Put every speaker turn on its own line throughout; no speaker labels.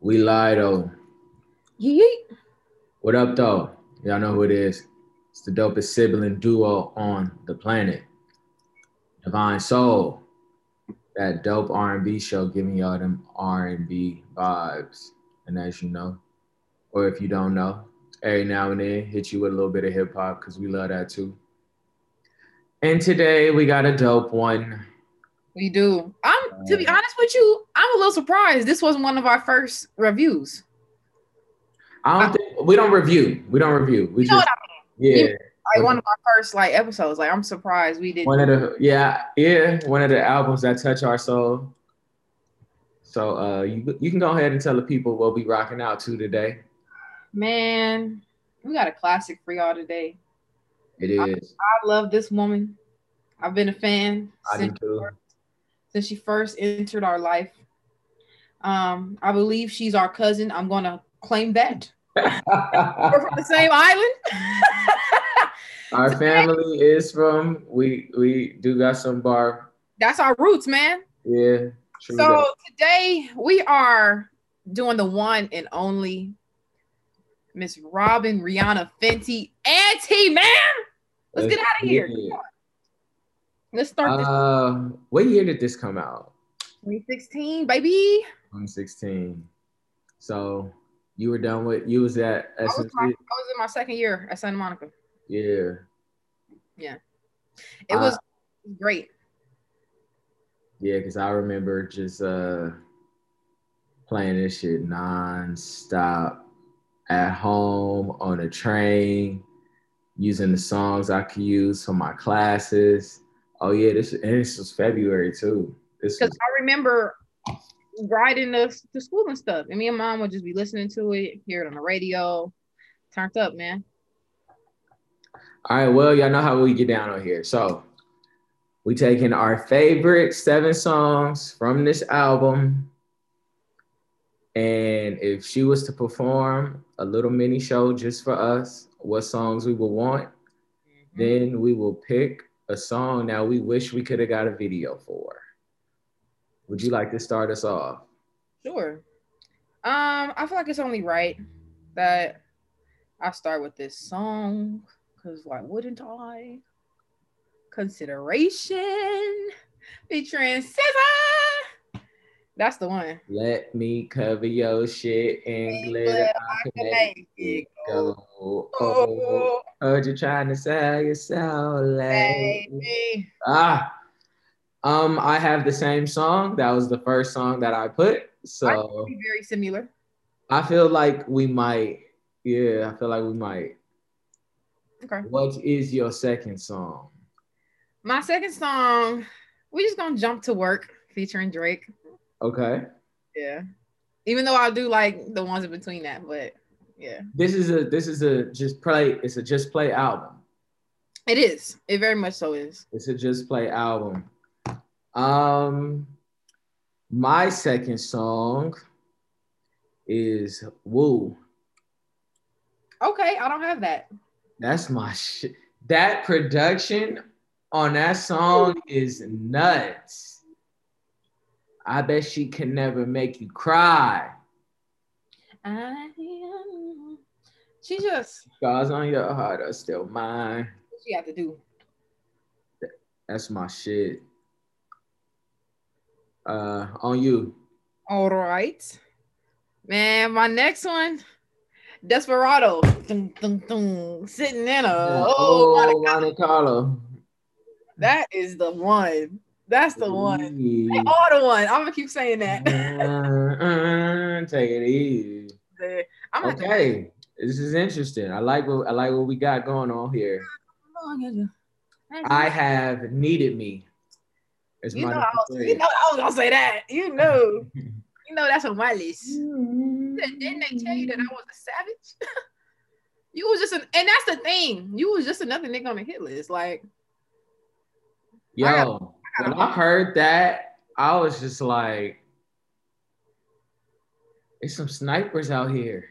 We lied, oh.
Yeet.
What up, though? Y'all know who it is. It's the dopest sibling duo on the planet. Divine Soul. That dope R&B show giving y'all them R&B vibes. And as you know, or if you don't know, every now and then hit you with a little bit of hip hop because we love that too. And today we got a dope one.
We do. I'm to
Uh,
be honest with you, I'm a little surprised this wasn't one of our first reviews.
I don't think we don't review. We don't review. We
Uh, You know
just
what
yeah.
Like one of our first like episodes. Like I'm surprised we didn't.
One of the yeah yeah one of the albums that touch our soul. So uh, you you can go ahead and tell the people what we rocking out to today.
Man, we got a classic for y'all today.
It is
I love this woman. I've been a fan
I do
since,
too.
since she first entered our life. Um, I believe she's our cousin. I'm gonna claim that. We're from the same island.
our family is from we we do got some bar
That's our roots, man.
yeah. True
So
that.
today we are doing the one and only Miss Robin Rihanna Fenty Auntie, man. Let's get out of here.
get it.
Let's start this
Uh, what year did this come out?
2016, baby.
2016. So you were done with you was at
I was, my, I
SMC?
was in my second year at Santa Monica.
Yeah.
It
Uh,
was great.
Yeah, because I remember just uh playing this shit nonstop at home, on a train, using the songs I could use for my classes. Oh yeah, this and this was February too. This
Because
was,
I remember riding to, to school and stuff. And me and mom would just be listening to it, hear it on the radio. Turned up, man.
all right, well, y'all know how we get down on here. So we taking our favorite seven songs from this album. And if she was to perform a little mini show just for us, what songs we would want, then we will pick a song that we wish we could have got a video for. Would you like to start us off?
Sure. Um, I feel like it's only right that I start with this song because why wouldn't I? Consideration featuring SZA. That's the one.
Let me cover your shit and glitter. I can make it go. Oh,
Oh,
heard you trying to sell yourself, lady.
baby.
Ah, um, I have the same song. That was the first song that I put. So
Be Very similar.
I feel like we might. Yeah, I feel like we might.
Okay.
What is your second song?
My second song, we just gonna jump to work featuring Drake.
Okay.
Yeah. Even though I do like the ones in between that, but yeah.
this is a this is a just play it's a just play album
It is. It very much so is.
it's a just play album um my second song is woo
Okay, I don't have that.
that's my shit that production on that song is nuts i bet she can never make you cry
I am. She just
scars on your heart are still mine
what she got to do.
that's my shit uh on you
All right, man. My next one, Desperado. Dun, dun, dun. Sitting in a oh, my
oh,
God.
Monte Carlo.
that is the one. That's the one. They
Easy.
all the one. I'm gonna keep saying that.
Uh, uh, Take it easy.
I'm gonna have to-
Okay, this is interesting. I like what I like what we got going on here. I have needed me. It's
you
my
know, I
number
was,
three.
you know I was gonna say that. You know, you know that's on my list. Didn't they tell you that I was a savage? you was just an, and that's the thing. You was just another nigga on the hit list. Like,
Yo,
I
when I heard that, I was just like, "It's some snipers out here."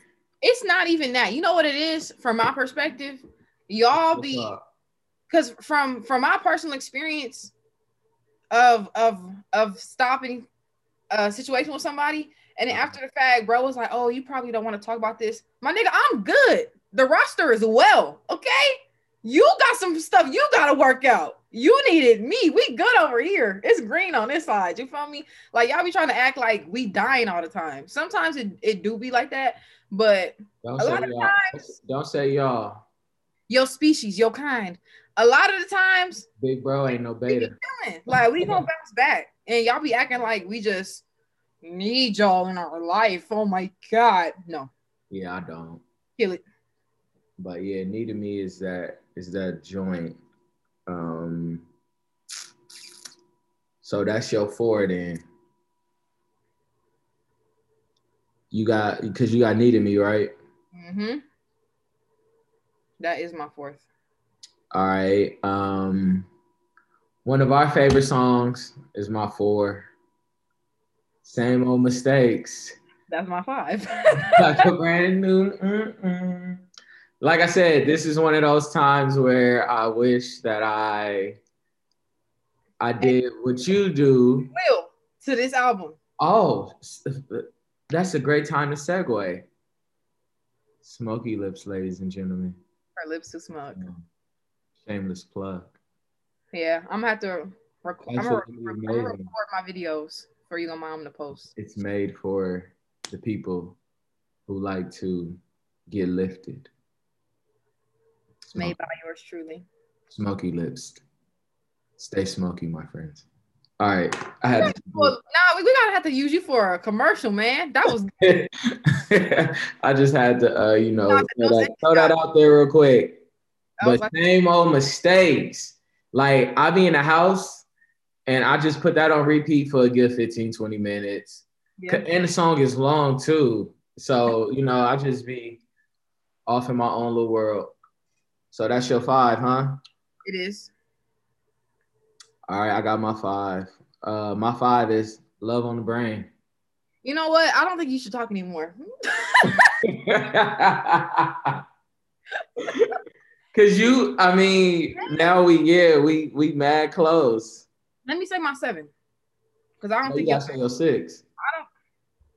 it's not even that. You know what it is from my perspective? Y'all
What's
be
up?
because from from my personal experience of of of stopping a situation with somebody, And then after the fact, bro was like, "Oh, you probably don't want to talk about this, my nigga. I'm good. The roster is well. Okay, you got some stuff you gotta work out. You needed me. We good over here. It's green on this side. You feel me? Like y'all be trying to act like we dying all the time. Sometimes it, it do be like that, but
Don't
a
say
lot of
y'all.
times
Don't say y'all.
your species, your kind. A lot of the times,
Big bro ain't no beta.
feeling. Like we gonna bounce back, and y'all be acting like we just need y'all in our life. Oh my god, no,
Yeah, I don't.
kill it.
But yeah, need to me is that is that joint. Um so that's your four then. You got because you got needed me, right?
Mm-hmm. That is my fourth.
All right. Um one of our favorite songs is my four. Same old mistakes.
That's my five.
like a brand new. Mm-mm. Like I said, this is one of those times where I wish that I I did what you do.
Will to this album.
Oh, s- that's a great time to segue. Smoky lips, ladies and gentlemen.
Her lips to smoke.
Shameless plug.
Yeah, I'm gonna have to record. I'm gonna,
Absolutely
I'm gonna record
amazing.
my videos for you and mom to post.
It's made for the people who like to get lifted.
It's made by yours truly.
Smoky lips. Stay smoky, my friends. All right. I had
Well, nah, we, we gotta have to use you for a commercial, man. That was
to, I just had to uh, you know,
No,
throw
don't
that,
say
throw that out there real quick.
I was
But
like,
same old mistakes. Like I be in the house and I just put that on repeat for a good 15, 20 minutes.
yeah.
And the song is long too. So, you know, I just be off in my own little world. So that's your five, huh?
it is.
All right, I got my five. Uh, my five is love on the brain.
You know what? I don't think you should talk anymore.
Cause you, I mean, now we yeah, we we mad close.
Let me say my seven, because I don't
Oh, you
think
got single
y'all-
six.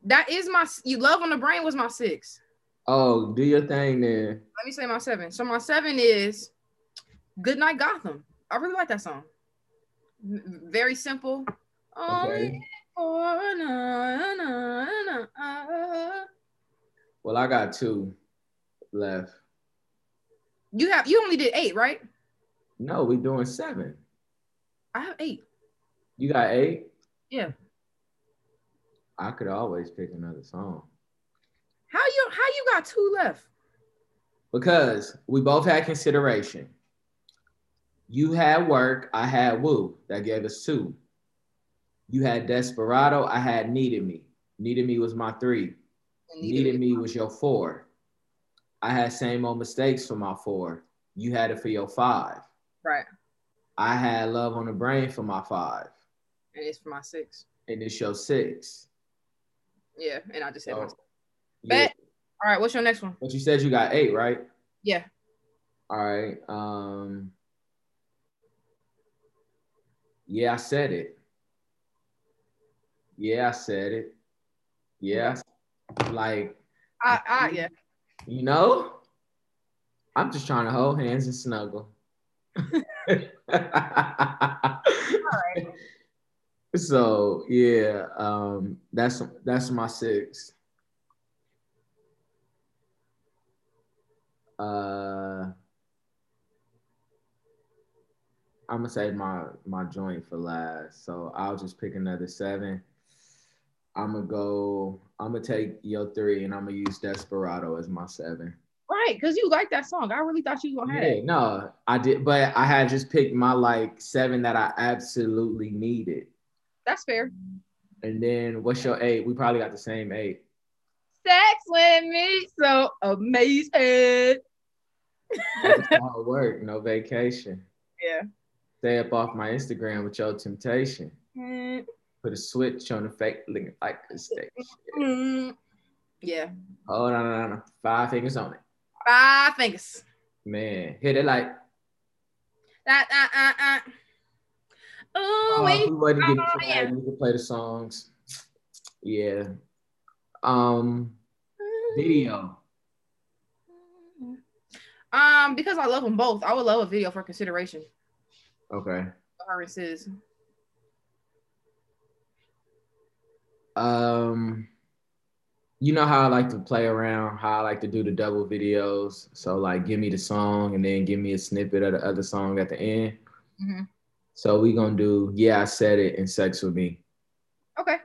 that is my. You love on the brain was my six.
Oh, do your thing then.
let me say my seven. So my seven is Good Night Gotham. I really like that song. M- Very simple.
Okay.
Only for a na- na- na- ah.
Well, I got two left.
You have you only did eight, right?
No, we doing seven.
I have eight.
You got eight.
Yeah.
I could always pick another song
How you how you got two left?
because we both had consideration. You had work. I had woo. That gave us two. You had desperado. I had needed me. Needed me was my three. Needed Me was your four. I had same old mistakes for my four. You had it for your five.
Right.
I had Love on the Brain for my five.
And it's for my six.
And it's your six.
Yeah. And I just said my
So,
six. Bet.
Oh, yeah.
All right, what's your next one?
But you said you got eight, right?
Yeah.
All right. Um, yeah, I said it. Yeah, I said it. Yeah. I- Like,
I
Mm-hmm.
I yeah.
You know, I'm just trying to hold hands and snuggle. So yeah, um, that's that's my six. Uh, I'm gonna save my my joint for last, so I'll just pick another seven. I'm gonna go. I'm gonna take your three, and I'm gonna use Desperado as my seven.
Right, because you like that song. I really thought you were gonna have
Yeah,
it.
no, I did, but I had just picked my like seven that I absolutely needed.
That's fair.
And then what's your eight? We probably got the same eight.
Sex with me so amazing.
That's hard work, no vacation.
Yeah.
Stay up off my Instagram with your temptation.
Mm,
Put a switch on the fake looking like a steak.
mm. Yeah.
Hold on, on, on, five fingers on it.
Five fingers.
Man, hit it like
Uh, uh, uh, uh. Ooh,
oh, if
we
we wasn't getting
oh, yeah.
flagged, we could play the songs. Yeah, um video?
Um, because I love them both, I would love a video for consideration.
Okay.
for Her and Sis.
Um you know how I like to play around, how I like to do the double videos. So like give me the song and then give me a snippet of the other song at the end.
Mhm.
So we gonna do yeah, I said it and sex with me.
Okay.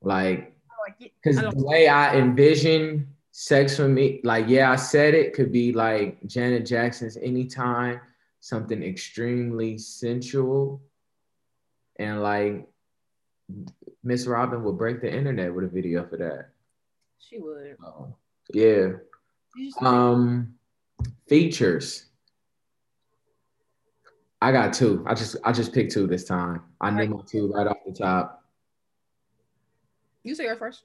Like
I like it.
Because
I don't-
the way I envision sex for me, like, yeah, I said it could be like Janet Jackson's Anytime, something extremely sensual. And like, Miss Robin would break the internet with a video for that.
She would.
Oh. Yeah.
You just-
Um, features. I got two. I just I just picked two this time. I knew my two right off the top.
you say her first.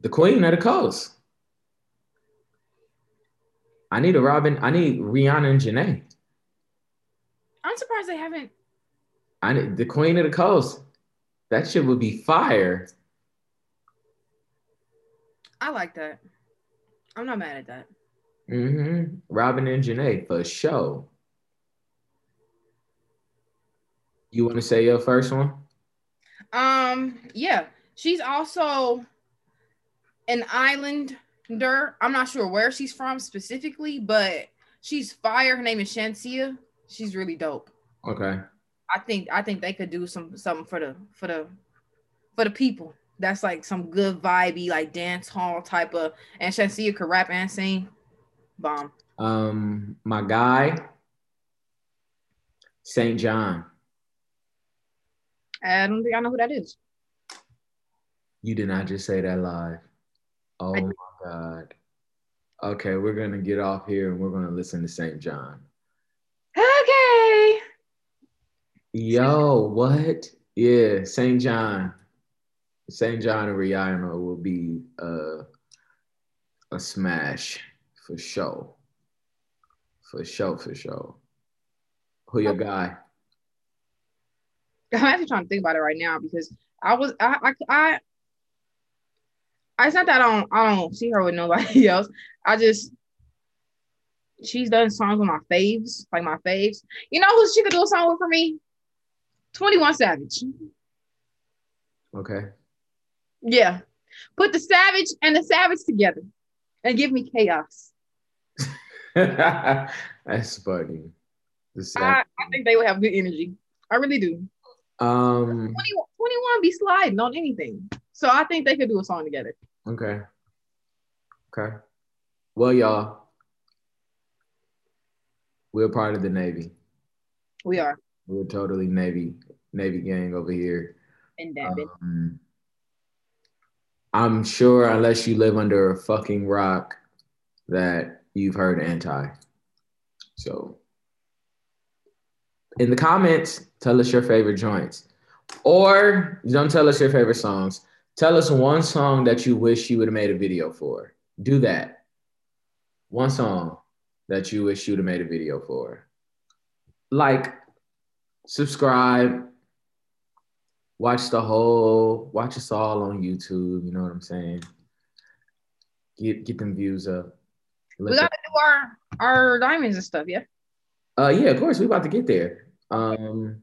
The queen of the coast. I need a Robin. I need Rihanna and Janae.
I'm surprised they haven't.
I need the queen of the coast. That shit would be fire.
I like that. I'm not mad at that.
hmm Robin and Janae for sure. You want to say your first one?
Um, yeah, she's also an islander. I'm not sure where she's from specifically, but she's fire. Her name is Shansia. She's really dope.
Okay.
I think I think they could do some something for the for the for the people. That's like some good vibey, like dance hall type of. And Shansia could rap and sing. Bomb.
Um, my guy, St. John.
I don't think I know who that is.
You did not just say that live. Oh
I-
my God. Okay, we're going to get off here and we're going to listen to St. John.
Okay.
Yo, what? Yeah, St. John. St. John and Rihanna will be uh, a smash for sure. For sure, for sure. Who your guy?
I'm actually trying to think about it right now because I was I I, I it's not that I don't I don't see her with nobody else. I just she's done songs with my faves, like my faves. You know who she could do a song with for me? 21 Savage.
Okay.
Yeah. Put the Savage and the Savage together and give me chaos.
That's funny. The
I,
sec-
I think they would have good energy. I really do.
um,
21, 21 be sliding on anything. So I think they could do a song together.
okay. Okay. Well, y'all, we're part of the Navy.
We are
We're totally Navy, Navy gang over here.
in that bitch.
Um, I'm sure, unless you live under a fucking rock, that you've heard anti. So, in the comments, tell us your favorite joints, or don't tell us your favorite songs. Tell us one song that you wish you would have made a video for. Do that. One song that you wish you would have made a video for. Like, subscribe, watch the whole watch us all on YouTube, you know what I'm saying? Get get them views up.
we
Look
gotta do our our diamonds and stuff. Yeah,
at- uh yeah, of course, we about to get there. Um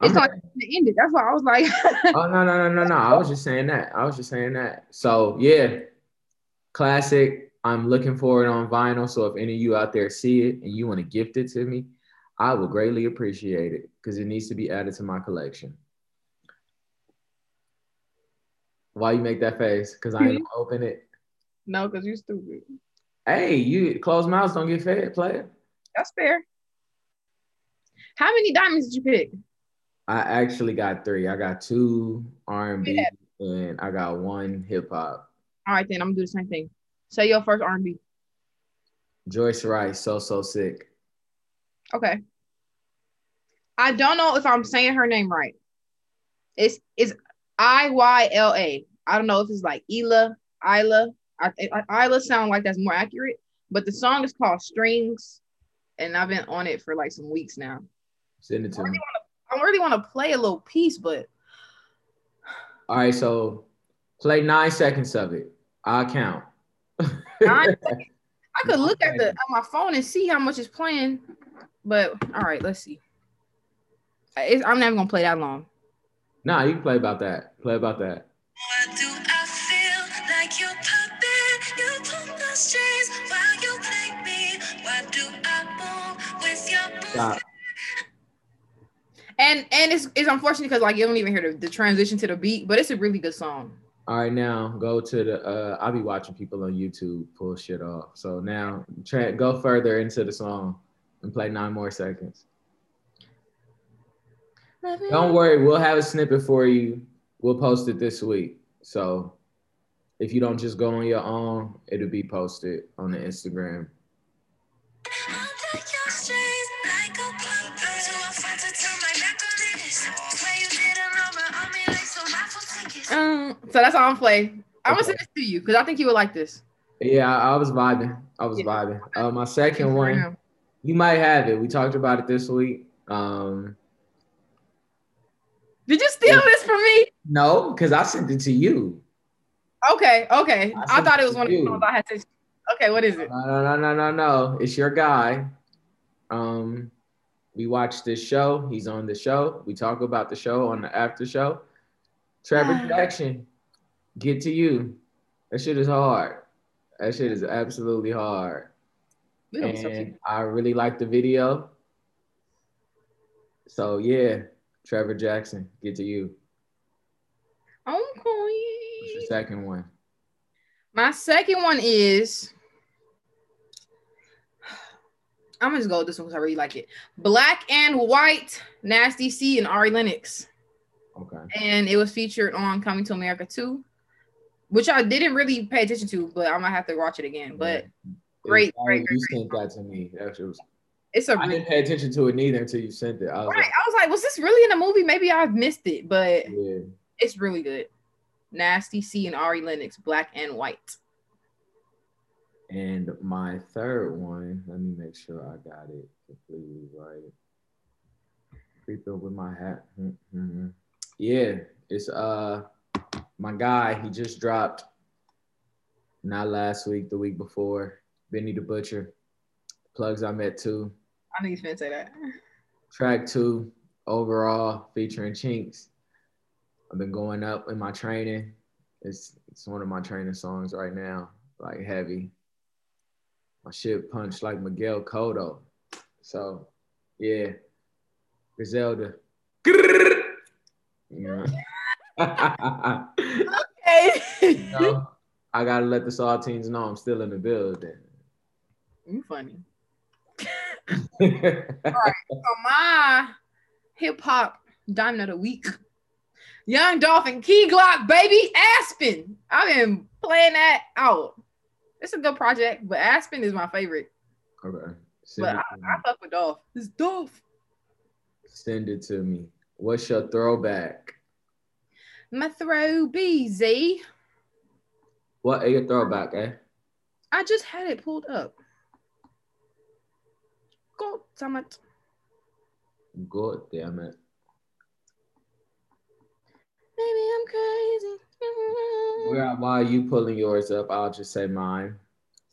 I'm
It's not-
ready.
to end it. That's why I was like,
oh no no no no no. I was just saying that. I was just saying that. So yeah, classic. I'm looking for it on vinyl. So if any of you out there see it and you want to gift it to me, I will greatly appreciate it because it needs to be added to my collection. Why you make that face? Because I ain't gonna open it.
no, because you're stupid.
Hey, you close mouths don't get fed, player.
That's fair. How many diamonds did you pick?
I actually got three. I got two R&B and I got one hip hop.
All right, then I'm gonna do the same thing. Say your first R&B.
Joyce Rice, so so sick.
Okay. I don't know if I'm saying her name right. It's it's I Y L A. I don't know if it's like Ela, Isla. I think Isla sound like that's more accurate, but the song is called Strings, and I've been on it for like some weeks now.
Send it to me.
I really want to play a little piece, but
All right, so Play nine seconds of it. I'll count.
Nine seconds? I could look at the at my phone and see how much is playing, but all right, let's see. It's, I'm never gonna play that long.
Nah, you can play about that. Play about that.
Why do I feel like you're puppet? You pull the strings while you play me. Why do I move with your
Stop.
movement?
And and it's it's unfortunate because like you don't even hear the, the transition to the beat, but it's a really good song.
All right, now go to the. Uh, I'll be watching people on YouTube pull shit off. So now tra- go further into the song and play nine more seconds. Don't worry, we'll have a snippet for you. We'll post it this week. So if you don't just go on your own, it'll be posted on the Instagram.
I like your strings like a puppet. So I find to turn my back on this. Swear you didn't number on me like some raffle tickets.
Um, so that's all I'm play. I'm gonna
Okay.
send this to you because I think you would like this.
Yeah, I, I was vibing. I was
Yeah.
vibing. Uh, my second
Right
one,
now.
you might have it. We talked about it this week. Um,
Did you steal
Yeah.
this from me?
no, because I sent it to you.
Okay, okay.
I
I,
sent
thought
it
it was
to
one of the
you.
songs I had to. Okay, what is it?
No, no, no, no, no, no. It's your guy. Um, we watch this show. He's on the show. We talk about the show on the after show. Trevor Jackson, get to you. That shit is hard. That shit is absolutely hard.
We don't so
And I really like the video. So yeah, Trevor Jackson, get to you.
I'm
What's your
going.
second one?
My second one is. I'm just go with this one because I really like it. Black and White, Nasty C, and Ari Lennox.
Okay.
And it was featured on Coming to America 2, which I didn't really pay attention to, but I might have to watch it again. But great,
It was-
great, great,
You
great
sent that to me. That shit was
it's a
I
really,
didn't pay attention to it neither until you sent it. I was
right. I was like, was this really in a movie? Maybe I missed it, but
like, yeah.
it's really good. Nasty C and Ari Lennox, Black and White.
And my third one, let me make sure I got it completely right. Creeping with my hat. Mhm. Yeah, it's uh my guy. He just dropped. Not last week, the week before. Benny the Butcher. Plugs I met too.
I knew you was finna say that.
Track two overall featuring Chinks. I've been going up in my training. It's it's one of my training songs right now, like heavy. My shit punched like Miguel Cotto. So yeah. Griselda. Yeah. you
Hey,
know, I gotta let the saltines know I'm still in the building.
you funny. So my hip hop diamond of the week, Young Dolphin, Key Glock, baby, Aspen. I've been playing that out. It's a good project, but Aspen is my favorite.
okay.
But I fuck with Dolph. It's Dolph.
Send it to me. What's your throwback?
My throw BZ.
What are your throwback, eh?
I just had it pulled up. God damn it.
God damn it.
Maybe I'm crazy.
While while you pulling yours up, I'll just say mine.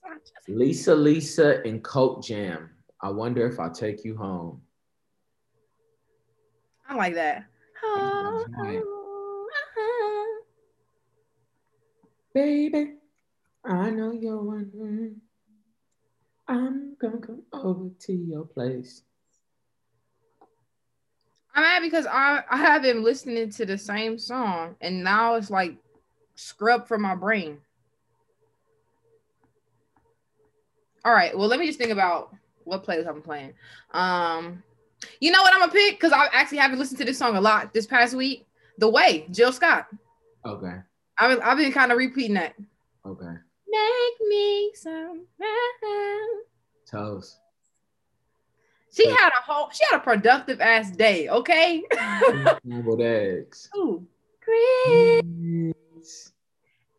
I just-
Lisa, Lisa, and Coke Jam. I wonder if I take you home.
I like that. Uh-huh.
That's right. Baby, I know you're wondering. I'm gonna come over to your place.
I'm mad because I I have been listening to the same song and now it's like scrubbed from my brain. All right, well let me just think about what playlist I'm playing. Um, you know what I'm gonna pick because I actually haven't listened to this song a lot this past week. The Way, Jill Scott.
Okay,
I've I've been kind of repeating that.
okay.
Make me some. man.
Toast.
She had a whole. She had a productive ass day. Okay.
Scrambled eggs.
Ooh, Chris.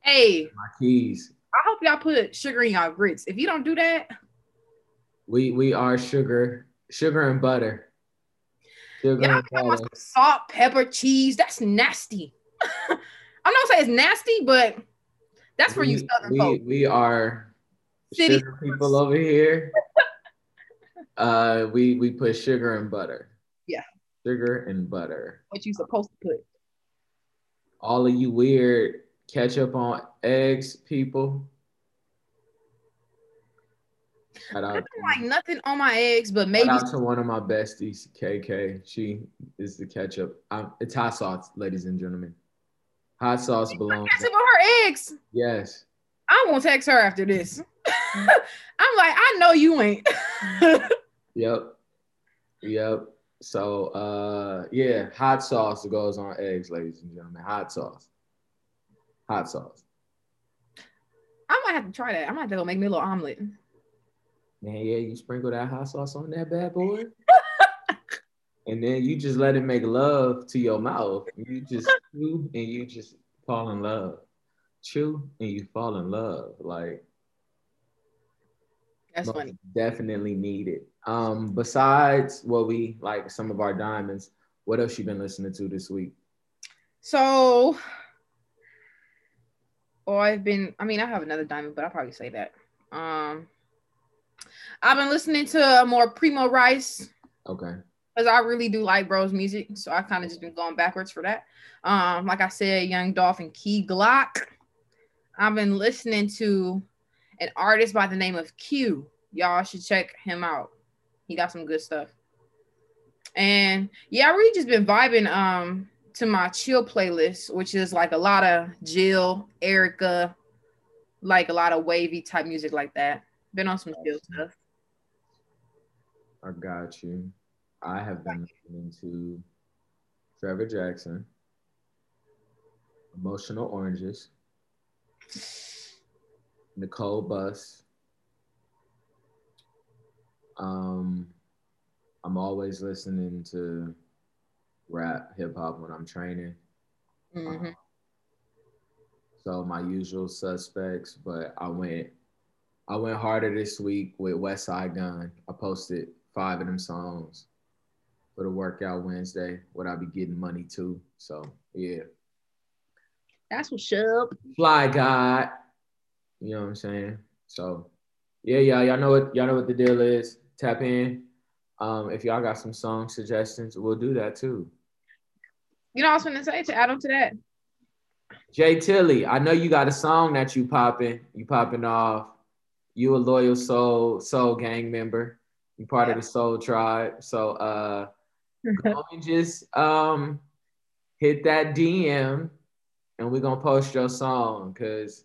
Hey,
My keys.
I hope y'all put sugar in y'all grits. If you don't do that,
We we are sugar, sugar and butter. Sugar
y'all
and
got
butter.
some salt, pepper, cheese. That's nasty. I'm not saying it's nasty, but that's for you
We-
Southern
we,
folks.
We are
City
sugar people over here. uh, we we put sugar and butter.
Yeah.
Sugar and butter.
What you supposed to put?
All of you weird ketchup on eggs people. Shout
I
out,
don't like nothing on my eggs, but
shout
maybe
out to one of my besties, KK. She is the ketchup. Um it's hot sauce, ladies and gentlemen. Hot sauce belongs.
ketchup on her eggs.
Yes.
I'm gonna text her after this.
Mm.
I'm like, I know you ain't.
Yep. Yep. So uh yeah, hot sauce goes on eggs, ladies and gentlemen. Hot sauce. Hot sauce.
I might have to try that. I might have to go make me a little omelet.
Man, yeah, you sprinkle that hot sauce on that bad boy. and then you just let it make love to your mouth. You just chew and you just fall in love. Chew and you fall in love. Like
That's
most
funny.
Definitely needed. Um, besides what we like some of our diamonds, what else you been listening to this week?
So, or I've been. I mean, I have another diamond, but I'll probably say that. Um, I've been listening to more Primo Rice.
Okay.
because I really do like bros music, so I kind of just been going backwards for that. Um, like I said, Young Dolph and Key Glock. I've been listening to an artist by the name of Q. Y'all should check him out. He got some good stuff. And yeah, I really just been vibing um to my chill playlist, which is like a lot of Jill, Erica, like a lot of wavy type music like that. Been on some chill stuff.
I got you. I have been listening to Trevor Jackson, Emotional Oranges, Nicole Bus. Um, I'm always listening to rap, hip hop when I'm training.
Mhm.
So my usual suspects, but I went I went harder this week with West Side Gun. I posted five of them songs for the workout Wednesday, what I be getting money to. So yeah.
That's what's up.
Fly God. You know what I'm saying? So yeah, y'all, y'all know what y'all know what the deal is. Tap in. Um, if y'all got some song suggestions, we'll do that too.
You know, I was gonna say to add on to that.
Jay Tilly, I know you got a song that you popping, you popping off. You a loyal soul soul gang member. You part of the soul tribe. So uh go and just um hit that DM and we're gonna post your song because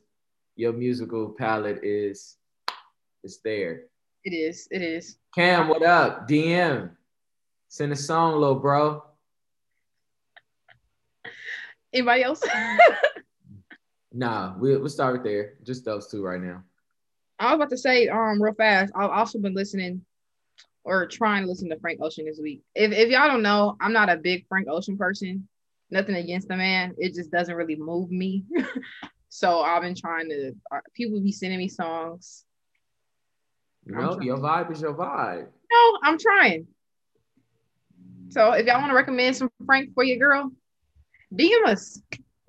your musical palette is is there.
It is. It is.
Cam, what up? DM. Send a song, little bro.
Anybody else?
Nah, we, we'll start there. Just those two right now.
I was about to say, um, real fast. I've also been listening or trying to listen to Frank Ocean this week. If if y'all don't know, I'm not a big Frank Ocean person. Nothing against the man. It just doesn't really move me. so I've been trying to. uh, People be sending me songs.
No, your vibe is your vibe.
No, I'm trying. So if y'all want to recommend some Frank for your girl, DM us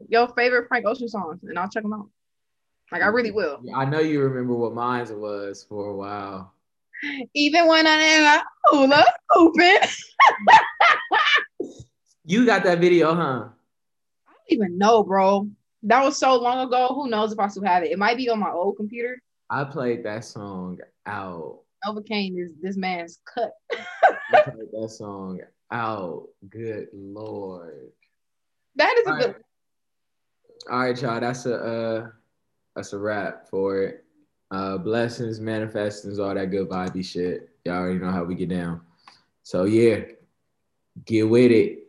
your favorite Frank Ocean songs, and I'll check them out. Like I really will.
Yeah, I know you remember what mine was for a while.
Even when I am a hula hooping, I don't
You got that video, huh?
even know, bro. That was so long ago. Who knows if I still have it? It might be on my old computer.
I played that song out.
Novocaine is this man's cut.
I played that song out. Good lord.
That is a
All
good.
right. All right, y'all. That's a uh, that's a wrap for it. Uh, blessings, manifestings, all that good vibey shit. Y'all already know how we get down. So yeah, get with it.